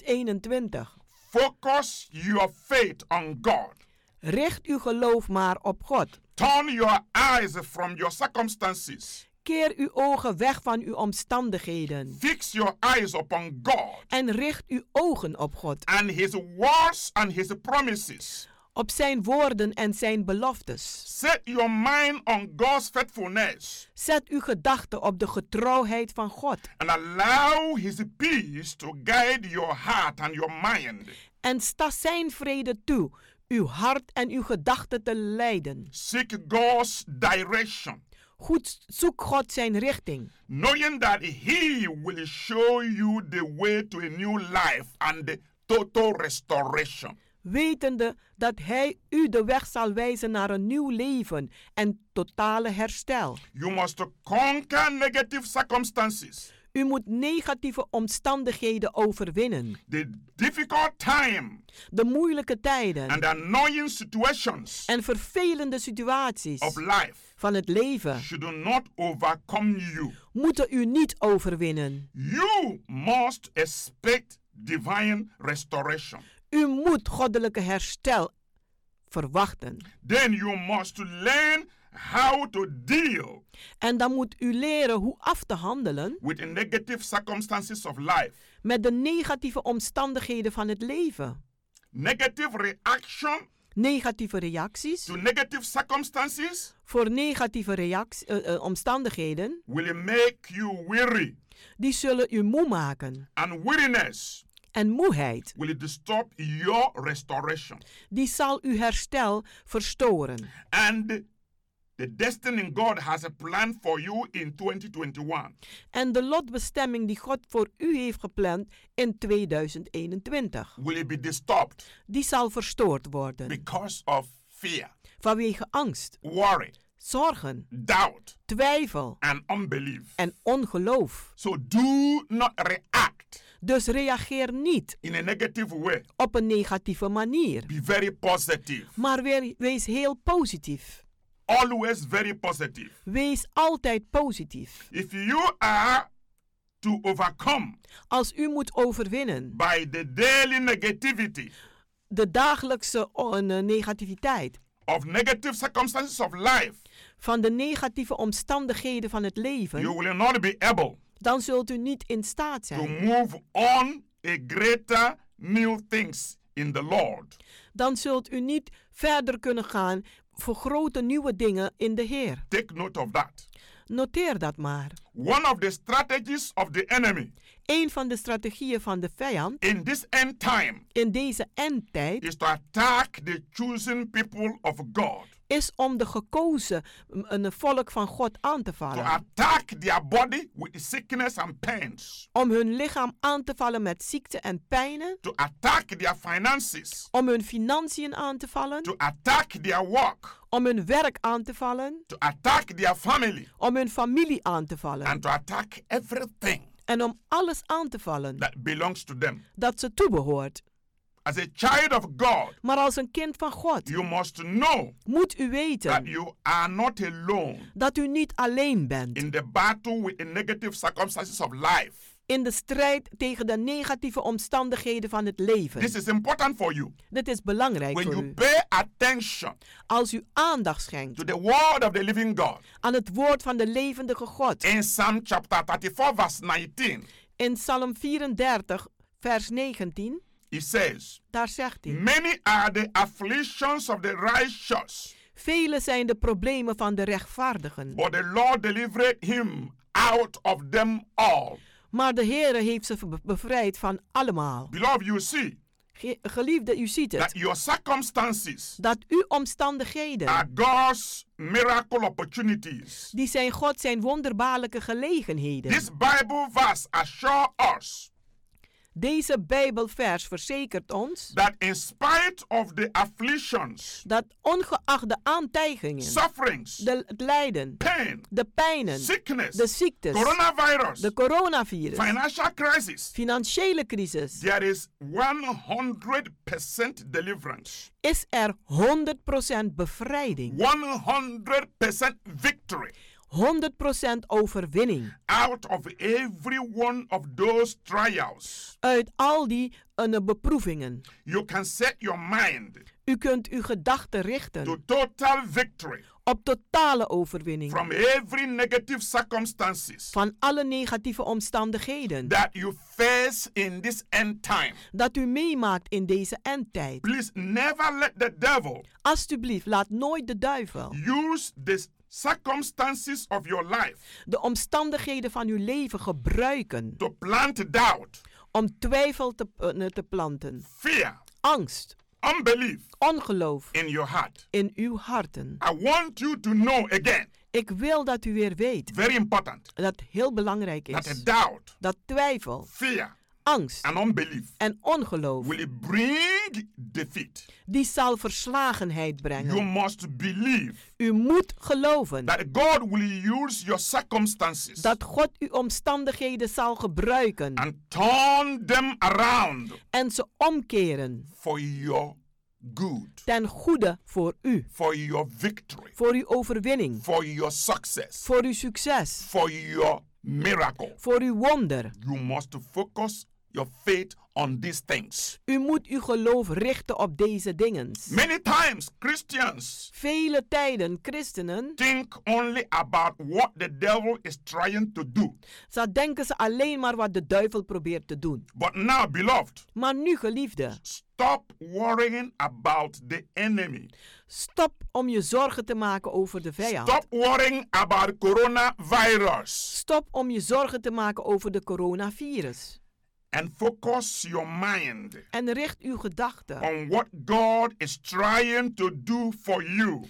F: 2021
E: focus your faith on God.
F: richt uw geloof maar op God.
E: Turn your eyes from your circumstances.
F: Keer uw ogen weg van uw omstandigheden
E: Fix your eyes upon God
F: en richt uw ogen op God,
E: and His words and His promises.
F: op zijn woorden en zijn beloftes.
E: Set your mind on God's faithfulness
F: Zet uw gedachten op de getrouwheid van God
E: and allow His peace to guide your heart and your mind.
F: en sta zijn vrede toe, uw hart en uw gedachten te leiden.
E: Seek God's direction,
F: Goed, zoek God zijn richting,
E: knowing that He will show you the way to a new life and the total restoration.
F: wetende dat Hij u de weg zal wijzen naar een nieuw leven en totale herstel.
E: You must conquer negative circumstances,
F: U moet negatieve omstandigheden overwinnen,
E: the difficult time
F: de moeilijke tijden
E: and annoying situations
F: en vervelende situaties
E: of life
F: van het leven
E: should not overcome you.
F: moeten u niet overwinnen.
E: You must expect divine restoration.
F: U moet goddelijke herstel verwachten.
E: Then you must learn how to deal
F: En dan moet u leren hoe af te handelen
E: with the negative circumstances of life.
F: met de negatieve omstandigheden van het leven.
E: Negative reaction
F: Negatieve reacties.
E: to negative circumstances
F: Voor negatieve reactie- eh, eh, omstandigheden,
E: will make you weary,
F: die zullen u moe maken.
E: and weariness
F: En moeheid,
E: will disturb your restoration.
F: die zal uw herstel verstoren.
E: And the destiny God has a plan for you in 2021
F: En de lotbestemming die God voor u heeft gepland in 2021,
E: will be disturbed
F: die zal verstoord worden.
E: because of fear,
F: Vanwege angst,
E: worry,
F: zorgen,
E: doubt,
F: twijfel
E: and unbelief.
F: en ongeloof.
E: So do not react
F: Dus reageer niet
E: in a negative way.
F: op een negatieve manier,
E: Be very positive.
F: maar weer- wees heel positief.
E: Always very positive.
F: Wees altijd positief.
E: If you are to overcome
F: Als u moet overwinnen
E: by the daily negativity
F: de dagelijkse o- eh, negativiteit,
E: of negative circumstances of life,
F: van de negatieve omstandigheden van het
E: you
F: leven,
E: will not be able
F: dan zult u niet in staat
E: to
F: zijn.
E: move on a greater new things in the Lord.
F: dan zult u niet verder kunnen gaan voor grote nieuwe dingen in de Heer.
E: Take note of that.
F: Noteer dat maar.
E: One of the strategies of the enemy
F: Een van de strategieën van de vijand
E: in this end time
F: in deze endtijd
E: is to attack the chosen people of God.
F: is om de gekozen, m- een volk van God aan te vallen.
E: attack their body with sickness and pains,
F: Om hun lichaam aan te vallen met ziekte en pijnen.
E: to attack their finances,
F: Om hun financiën aan te vallen.
E: to attack their work,
F: Om hun werk aan te vallen.
E: to attack their family,
F: Om hun familie aan te vallen.
E: and to attack everything
F: En om alles aan te vallen
E: that belongs to them.
F: dat ze toebehoort.
E: As a child of God,
F: Maar als een kind van God
E: you must know
F: moet u weten
E: that you are not alone
F: dat u niet alleen bent
E: in the battle with the negative circumstances of life.
F: in de strijd tegen de negatieve omstandigheden van het
E: This
F: leven.
E: is important for you.
F: Dit is belangrijk
E: When
F: voor
E: you
F: u.
E: pay attention
F: Als u aandacht schenkt
E: to the word of the living God
F: aan het woord van de levendige God.
E: in Psalm chapter 34, verse 19,
F: In Psalm 34, vers 19,
E: it says,
F: daar zegt hij:
E: Many are the afflictions of the righteous,
F: Vele zijn de problemen van de rechtvaardigen,
E: but the Lord delivered him out of them all.
F: maar de Heere heeft ze be- bevrijd van allemaal.
E: Beloved, you see
F: Ge- Geliefde, u ziet
E: that
F: het.
E: your circumstances
F: Dat uw omstandigheden,
E: are God's miracle opportunities.
F: die zijn God zijn wonderbaarlijke gelegenheden.
E: This Bible verse assures us
F: Deze Bijbelvers verzekert ons
E: that in spite of the afflictions,
F: dat ongeacht de aantijgingen,
E: sufferings,
F: de, het lijden,
E: pain,
F: de pijnen,
E: sickness,
F: de ziektes,
E: coronavirus,
F: de coronavirus,
E: financial crisis,
F: financiële crisis,
E: there is 100% deliverance,
F: is er 100% bevrijding,
E: 100% victory
F: 100% overwinning.
E: out of every one of those trials.
F: Uit al die eh, beproevingen.
E: You can set your mind
F: U kunt uw gedachten
E: to
F: richten
E: total victory
F: op totale overwinning
E: from every negative circumstances
F: van alle negatieve omstandigheden
E: that you face in this end time.
F: dat u meemaakt in deze endtijd.
E: Please never let the devil
F: Alsjeblieft, laat nooit de duivel
E: use the circumstances of your life
F: de omstandigheden van uw leven gebruiken
E: to plant doubt,
F: om twijfel te, eh, te planten,
E: fear,
F: angst,
E: unbelief
F: ongeloof
E: in your heart.
F: in uw harten.
E: I want you to know again,
F: Ik wil dat u weer weet
E: very important,
F: dat heel belangrijk
E: that a
F: is
E: doubt,
F: dat twijfel,
E: fear,
F: angst
E: and unbelief
F: en ongeloof
E: will bring defeat.
F: die zal
E: You
F: verslagenheid brengen.
E: must believe
F: U moet geloven
E: that God will use your circumstances
F: dat God uw omstandigheden zal gebruiken
E: and turn them around
F: en ze omkeren
E: for your good,
F: ten goede voor u,
E: for your victory,
F: voor uw overwinning,
E: for your success,
F: voor uw succes,
E: for your miracle.
F: voor uw wonder.
E: You must focus your faith on these things.
F: U moet uw geloof richten op deze dingen.
E: Many times Christians
F: Vele tijden christenen,
E: think only about what the devil is trying to do.
F: zo denken ze alleen maar wat de duivel probeert te doen.
E: But now, beloved,
F: Maar nu, geliefde,
E: stop worrying about the enemy.
F: stop om je zorgen te maken over de vijand.
E: Stop worrying about coronavirus
F: Stop om je zorgen te maken over de coronavirus.
E: and focus your mind
F: En richt uw gedachten
E: on what God is trying to do for you.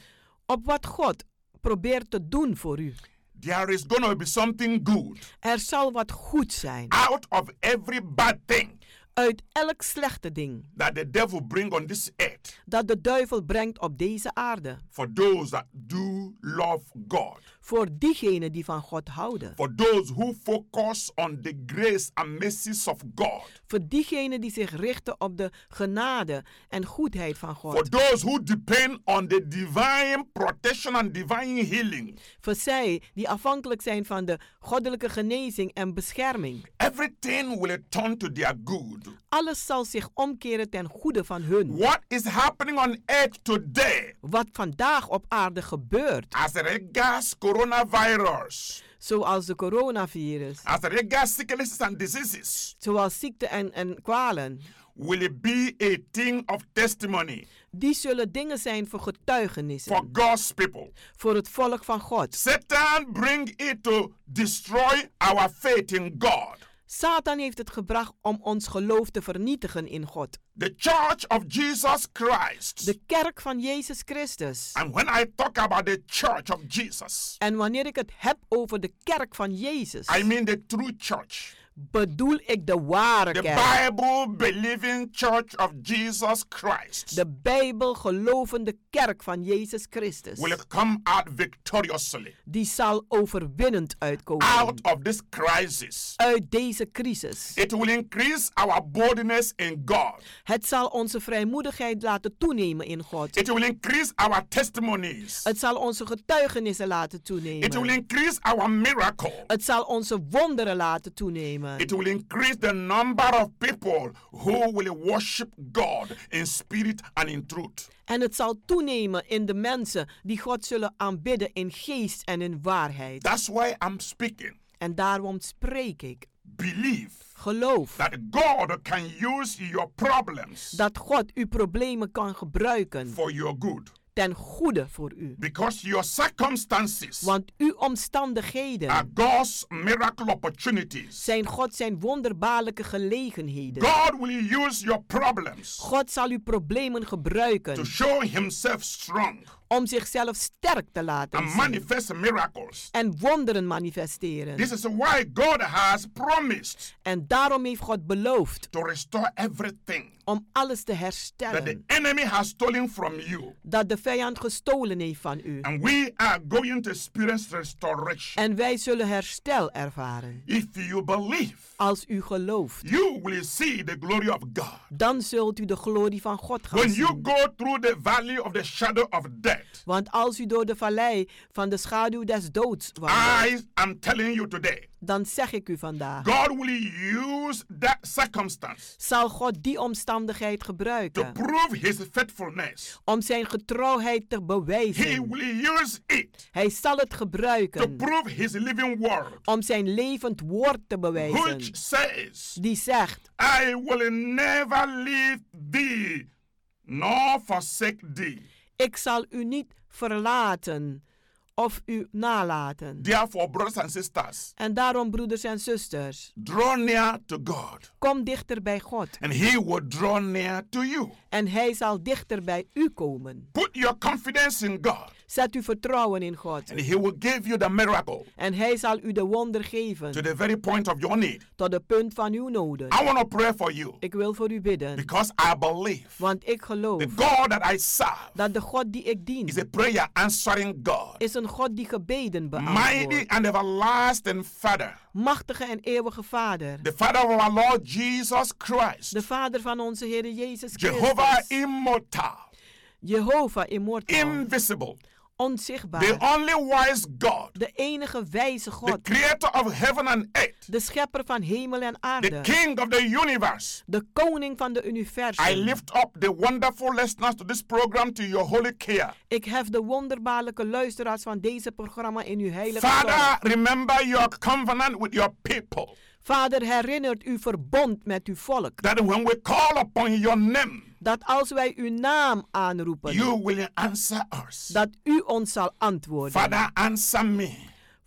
F: op wat God probeert te doen voor u.
E: There is going to be something good
F: Er zal wat goed zijn
E: out of every bad thing
F: uit elk slechte ding
E: that the devil bring on this earth.
F: dat de duivel brengt op deze aarde.
E: for those that do love God,
F: Voor diegenen die van God houden.
E: for those who focus on the grace and mercies of God,
F: Voor diegenen die zich richten op de genade en goedheid van
E: for
F: God.
E: those who depend on the divine protection and divine healing.
F: Voor zij die afhankelijk zijn van de goddelijke genezing en bescherming.
E: Everything will turn to their good.
F: Alles zal zich omkeren ten goede van hun.
E: What is happening on earth today
F: Wat vandaag op aarde gebeurt,
E: as regards coronavirus,
F: zoals de coronavirus,
E: as regards sicknesses and diseases,
F: zoals ziekte en, en kwalen,
E: will it be a thing of testimony
F: die zullen dingen zijn voor
E: for
F: getuigenissen,
E: God's people.
F: voor het volk van God.
E: Satan bring it to destroy our faith in God.
F: Satan heeft het gebracht om ons geloof te vernietigen in God.
E: The Church of Jesus Christ.
F: De kerk van Jezus Christus.
E: And when I talk about the Church of Jesus,
F: En wanneer ik het heb over de kerk van Jezus,
E: I mean the true church.
F: bedoel ik de ware
E: The
F: kerk.
E: Bible believing Church of Jesus Christ
F: De Bijbelgelovende kerk van Jezus Christus.
E: will come out victoriously
F: Die zal overwinnend uitkomen
E: out of this crisis.
F: uit deze crisis.
E: It will increase our boldness in God.
F: Het zal onze vrijmoedigheid laten toenemen in God.
E: It will increase our testimonies.
F: Het zal onze getuigenissen laten
E: It will
F: toenemen.
E: increase our miracle.
F: Het zal onze wonderen laten toenemen.
E: It will increase the number of people who will worship God in spirit and in truth.
F: En het zal toenemen in de mensen die God zullen aanbidden in geest en in waarheid.
E: That's why I'm speaking.
F: En daarom spreek ik.
E: Believe
F: Geloof
E: that God can use your problems
F: dat God uw problemen kan gebruiken
E: for your good
F: ten goede voor u.
E: because your circumstances
F: Want uw
E: are
F: omstandigheden
E: God's miracle opportunities.
F: zijn God zijn wonderbaarlijke gelegenheden.
E: God will use your problems
F: God zal uw problemen
E: to
F: gebruiken
E: show Himself strong
F: om zichzelf sterk te laten
E: and
F: zien
E: manifest miracles.
F: en wonderen manifesteren.
E: This is why God has promised
F: En daarom heeft God beloofd
E: to restore everything
F: om alles te
E: that the
F: herstellen
E: enemy has stolen from you.
F: dat de vijand gestolen heeft van u.
E: And we are going to experience restoration.
F: En wij zullen herstel ervaren.
E: If you believe,
F: Als u gelooft,
E: you will see the glory of God.
F: dan zult u de glorie van God gaan
E: When you
F: zien.
E: go through the valley of the shadow of death,
F: Want als u door de vallei van de schaduw des doods wandelt,
E: I am telling you today,
F: dan zeg ik u vandaag,
E: God will use that circumstance
F: zal God die omstandigheid
E: to
F: gebruiken
E: prove his faithfulness.
F: om zijn getrouwheid te
E: He
F: bewijzen.
E: will use it
F: Hij zal het
E: to
F: gebruiken
E: prove his living word,
F: om zijn levend woord te bewijzen,
E: which says,
F: die zegt,
E: I will never leave thee nor forsake thee.
F: ik zal u niet verlaten of u nalaten.
E: Therefore, brothers and sisters,
F: En daarom, broeders en zusters,
E: draw near to God,
F: kom dichter bij God
E: and He will draw near to you.
F: en hij zal dichter bij u komen.
E: Put your confidence in God,
F: Zet uw vertrouwen in God
E: and He will give you the miracle
F: en hij zal u de wonder
E: to
F: geven
E: the very point of your need.
F: tot de punt van uw noden.
E: I want to pray for you
F: Ik wil voor u bidden,
E: because I believe
F: want ik geloof
E: the God that I serve
F: dat de God die ik dien
E: is a prayer answering God,
F: is een God die
E: mighty
F: gebeden beantwoordt.
E: and everlasting Father,
F: Machtige en eeuwige Vader,
E: the Father of our Lord Jesus Christ,
F: de Vader van onze Heer Jezus
E: Jehovah
F: Christus,
E: immortal,
F: Jehovah immortal,
E: invisible, the
F: onzichtbaar,
E: only wise God.
F: de enige wijze
E: the
F: God,
E: creator of heaven and earth,
F: de schepper van hemel en
E: the
F: aarde,
E: king of the universe.
F: de koning van de
E: I
F: universum.
E: lift up the wonderful listeners to this program to your holy care.
F: Ik hef de wonderbaarlijke luisteraars van deze programma in uw heilige zorg.
E: Father, remember your covenant with your people
F: Vader, herinnert uw verbond met uw volk.
E: that when we call upon your name,
F: Dat als wij uw naam aanroepen,
E: you will answer us.
F: dat u ons zal antwoorden.
E: Father, answer me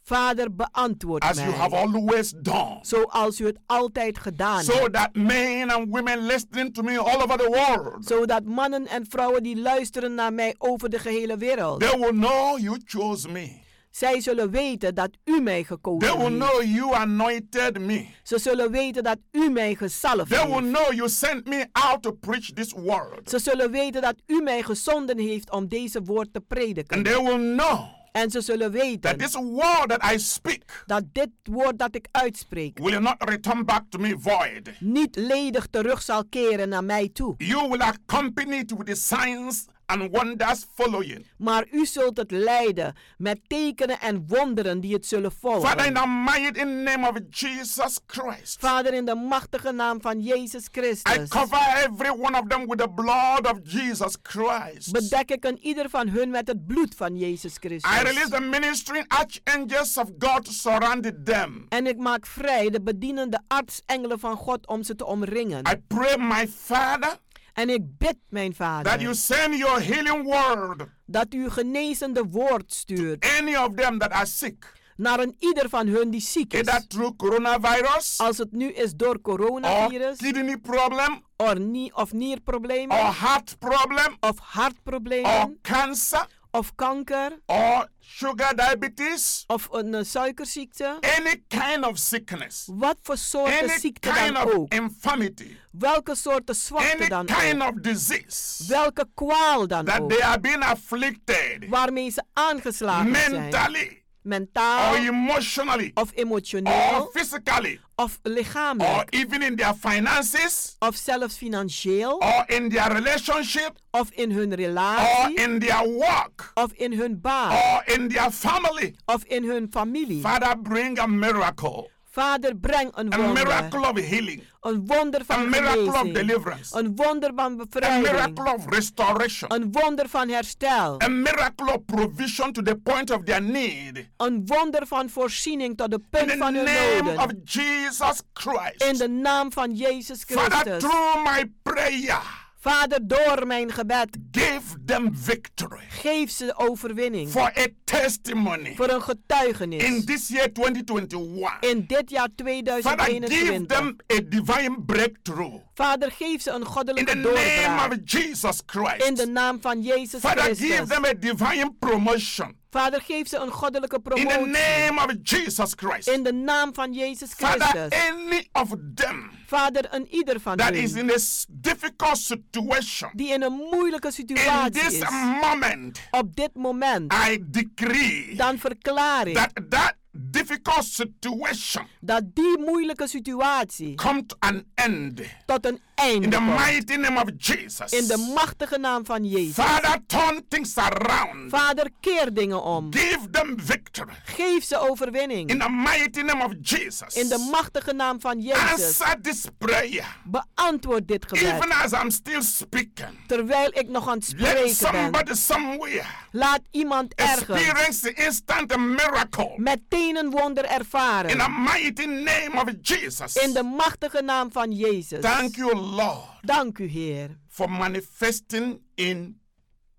F: Vader, beantwoord
E: as you have
F: mij.
E: always done.
F: Zoals u het altijd gedaan
E: So
F: hebt.
E: that men and women listening to me all over the world,
F: Zodat mannen en vrouwen die luisteren naar mij over de gehele wereld.
E: they will know you chose me.
F: Zij zullen weten dat u mij
E: They
F: gekozen
E: will
F: heeft.
E: know you anointed me.
F: Ze zullen weten dat u mij gezalfd
E: They will
F: heeft.
E: know you sent me out to preach this word.
F: Ze zullen weten dat u mij gezonden heeft om deze woord te
E: And
F: prediken.
E: they will know
F: En ze zullen weten
E: that this word that I speak
F: dat dit woord dat ik uitspreek
E: will not return back to me void.
F: niet ledig terug zal keren naar mij toe.
E: You will accompany it with the signs and wonders following.
F: Maar u zult het leiden met tekenen en wonderen die het zullen
E: Father, in
F: volgen.
E: the mighty name of Jesus Christ,
F: Vader, in de machtige naam van Jezus
E: I
F: Christus,
E: cover every one of them with the blood of Jesus Christ.
F: bedek ik een ieder van hun met het bloed van Jezus
E: I release
F: Christus.
E: the ministering archangels of God to surround them.
F: En ik maak vrij de bedienende artsengelen van God om ze te omringen.
E: I pray, my Father,
F: En ik bid, mijn
E: that you
F: Vader,
E: send your healing word
F: dat u genezende woord stuurt
E: any of them that are sick.
F: naar een ieder van hun die ziek is.
E: Either through coronavirus
F: Als het nu is door
E: or
F: coronavirus,
E: kidney problem
F: or nie- of nierproblemen,
E: or heart problem
F: of
E: or
F: hartproblemen,
E: cancer
F: of kanker,
E: or sugar diabetes,
F: of een eh, suikerziekte.
E: any kind of sickness,
F: Wat voor soorten
E: any
F: ziekte dan
E: kind of
F: ook.
E: infirmity,
F: Welke soorten zwakte
E: any
F: dan
E: kind
F: ook.
E: of disease
F: Welke kwaal dan
E: that they
F: ook.
E: are being afflicted
F: Waarmee ze aangeslagen zijn.
E: mentally
F: Mentaal
G: Oh.
E: or emotionally
F: of
E: or Oh.
F: emotioneel
E: physically
F: of
E: or
G: Oh.
F: lichamelijk.
E: even in their finances
F: Of zelfs financieel.
E: or in their relationship
F: Of in hun
E: or
F: relatie.
E: in their work
G: Oh.
F: Of in hun baan.
E: or in their family.
F: Of in hun familie.
E: Father, bring a miracle.
F: Vader, breng een
E: A miracle
F: wonder.
E: of healing,
F: Een wonder
E: a
F: van
E: miracle of
F: genezing.
E: deliverance,
F: Een wonder van
E: a miracle
F: bevrijding.
E: of restoration,
F: Een wonder van herstel.
E: a miracle of provision to the point of their need.
F: Een wonder van voorziening tot de
E: In
F: punt
E: the
F: van hun
E: name
F: noden.
E: of Jesus
F: In
E: Christ.
F: de naam van Jezus
E: Father,
F: Christus.
E: through my prayer,
F: Vader, door mijn gebed,
E: give them victory
F: geef ze overwinning.
E: for a testimony
F: Voor een
E: in
F: getuigenis.
E: this year 2021.
F: In dit jaar
E: Father, give
F: 2021.
E: them a divine breakthrough
F: Vader, geef ze een
E: in the
F: goddelijke
E: name
F: doorbraak.
E: of Jesus
F: In de
E: Christ.
F: naam van Jezus
E: Father, give
F: Christus.
E: them a divine promotion.
F: Vader, geef ze een goddelijke
E: in the
F: promotie.
E: name of Jesus Christ.
F: In de naam van Jezus
E: Father,
F: Christus.
E: any of them
F: Vader, een ieder van
E: that is
F: hen
E: in a s- difficult situation
F: die in een moeilijke
E: in
F: situatie
E: this
F: is,
E: moment,
F: op dit moment,
E: I decree
F: dan verklaar ik
E: that that difficult situation
F: dat die moeilijke situatie
E: come to an end
F: tot een
E: in
F: einde
E: the
F: komt.
E: mighty name of Jesus.
F: In de machtige naam van Jezus.
E: Father, turn things around.
F: Vader, keer dingen om.
E: Give them victory
F: Geef ze overwinning.
E: in the mighty name of Jesus.
F: In de machtige naam van Jezus.
E: Answer this prayer.
F: Beantwoord dit
E: Even
F: gebed.
E: as I'm still speaking,
F: Terwijl ik nog aan het
E: let
F: spreken ben.
E: somebody somewhere
F: Laat iemand ergens
E: experience the instant miracle
F: meteen een wonder
E: in the
F: ervaren.
E: mighty name of Jesus.
F: In de machtige naam van Jezus.
E: Thank you, Lord,
F: Dank u, Heer.
E: for manifesting in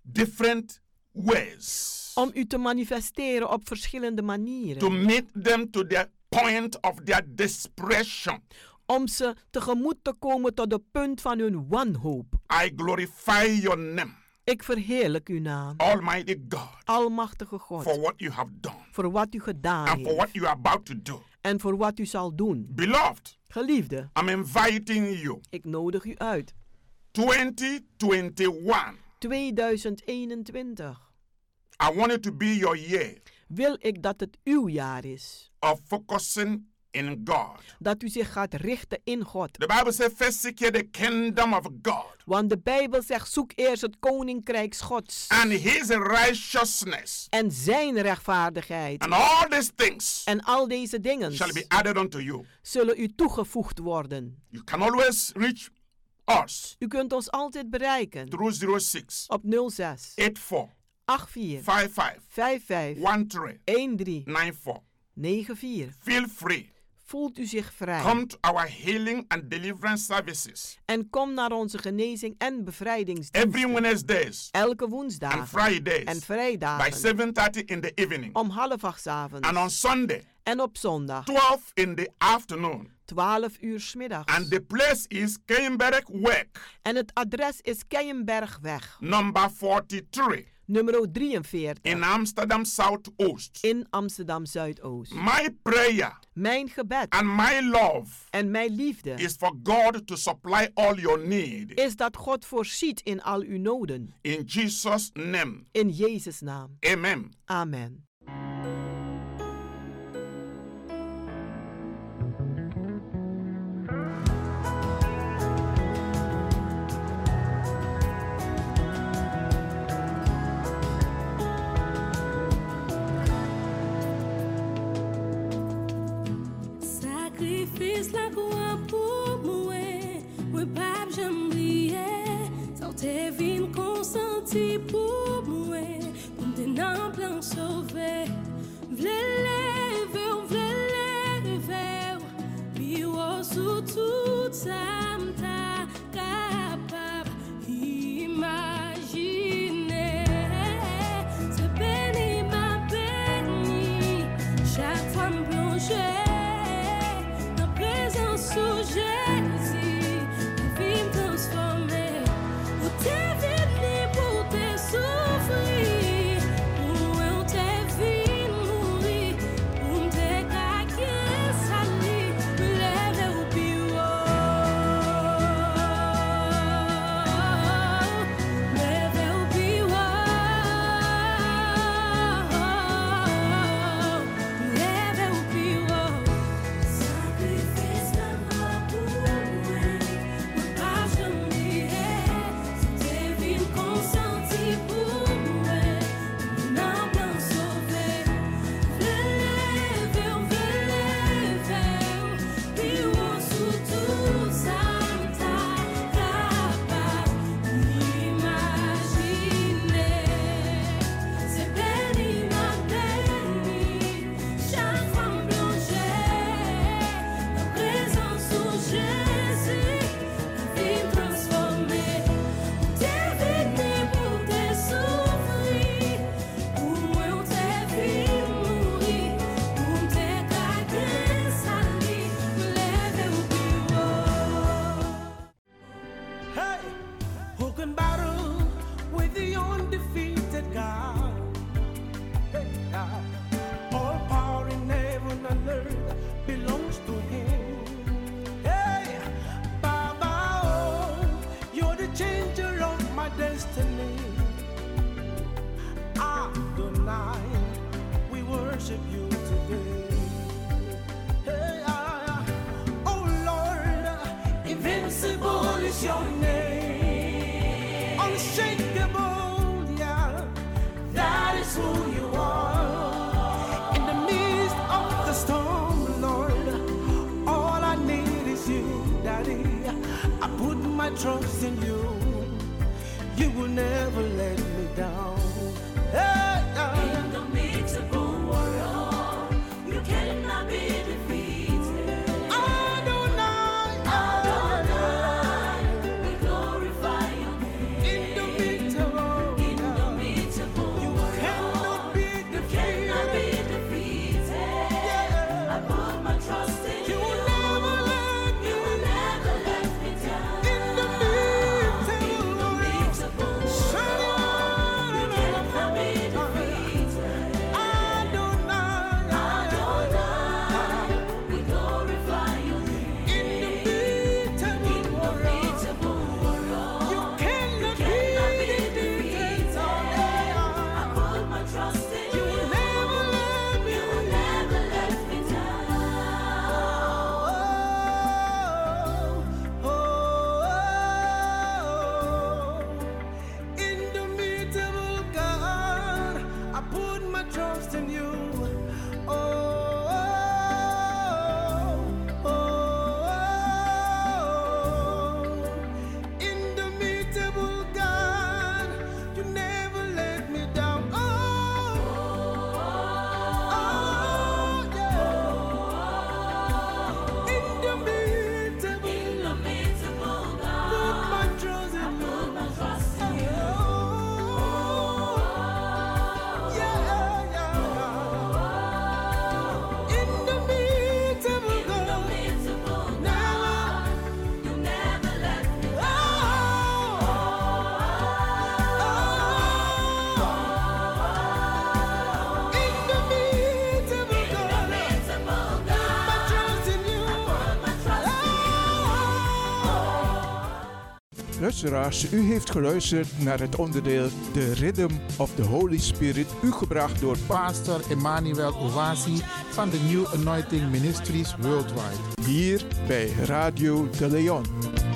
E: different ways
F: Om u te manifesteren op verschillende
E: to
F: manieren.
E: meet them to their point of their desperation.
F: Om ze tegemoet te komen tot de punt van hun wanhoop.
E: I glorify your name,
F: Ik verheerlijk uw naam,
E: Almighty God,
F: Almachtige
E: for
F: God,
E: what you have done
F: voor wat u gedaan
E: and for
F: heeft
E: what you are about to do.
F: en voor wat u zal doen.
E: Beloved,
F: Geliefde,
E: I'm inviting you.
F: ik nodig u uit.
E: 2021.
F: 2021
E: I want it to be your year
F: wil ik dat het uw jaar is.
E: of focusing in God.
F: Dat u zich gaat richten in God.
E: The Bible says, first seek ye the kingdom of God
F: Want de Bijbel zegt: zoek eerst het koninkrijk Gods
E: and his righteousness,
F: en zijn rechtvaardigheid.
E: and all these things
F: En al deze dingen
E: shall be added unto you.
F: zullen u toegevoegd worden.
E: You can always reach us
F: U kunt ons altijd bereiken
E: through 06
F: op 06
E: 84
F: 84
E: 55
F: 55
E: 13
F: 13
E: 94.
F: 94.
E: Feel free.
F: Voelt u zich vrij
E: Come to our healing and deliverance services
F: en kom naar onze genezing en bevrijdingsdienst.
E: every Wednesdays
F: Elke
E: and
F: woensdag en
E: Fridays by
F: vrijdag
E: 7.30 in the evening
F: om half acht 's avonds
E: and on Sunday
F: en op zondag
E: 12 in the afternoon.
F: 12 uur 's middags.
E: And the place is Keienberg Work,
F: En het adres is Keienbergweg,
E: number 43
F: nummer 43
E: in Amsterdam Southoost.
F: in Amsterdam Zuidoost.
E: My prayer
F: Mijn gebed
E: and my love
F: en mijn liefde
E: is for God to supply all your need
F: is dat God voorziet in al uw noden.
E: in Jesus' name.
F: In Jezus' naam.
E: Amen.
F: Amen.
G: Sacrifice la croix pour moi, oui, pape, j'aime briller. Tant tes vignes consenties pour moi, pour me tenir en plein sauvé. Oh, is your name. Unshakable, yeah, that is who you are. In the midst of the storm, Lord, all I need is you, Daddy. I put my trust in you. You will never let me down. Hey, yeah. In the midst of a world, you cannot be defeated. Adonai, Adonai, we glorify your name. In the midst of a in the midst of a you world, cannot be defeated. You cannot be defeated. I put my trust in you. You will never let you will never let me down. In the midst of a in the midst of a world, you cannot be defeated. Adonai, Adonai, we glorify your name. In the midst of a world, you cannot be defeated. I put my trust in you. You will never let me. You will never let me down. Indomitable God, I put my trust in you. Oh, oh, oh, oh. Indomitable God, you never let me down. Oh, oh, yeah. Indomitable, put my trust in you. Oh, yeah, yeah. Indomitable God, never. You never let me down. Oh, indomitable God, my trust in you. My trust in you.
L: Luisteraars, u heeft geluisterd naar het onderdeel The Rhythm of the Holy Spirit, u gebracht door
M: Pastor Emmanuel Owasi van de New Anointing Ministries Worldwide.
L: hier bij Radio de Leon.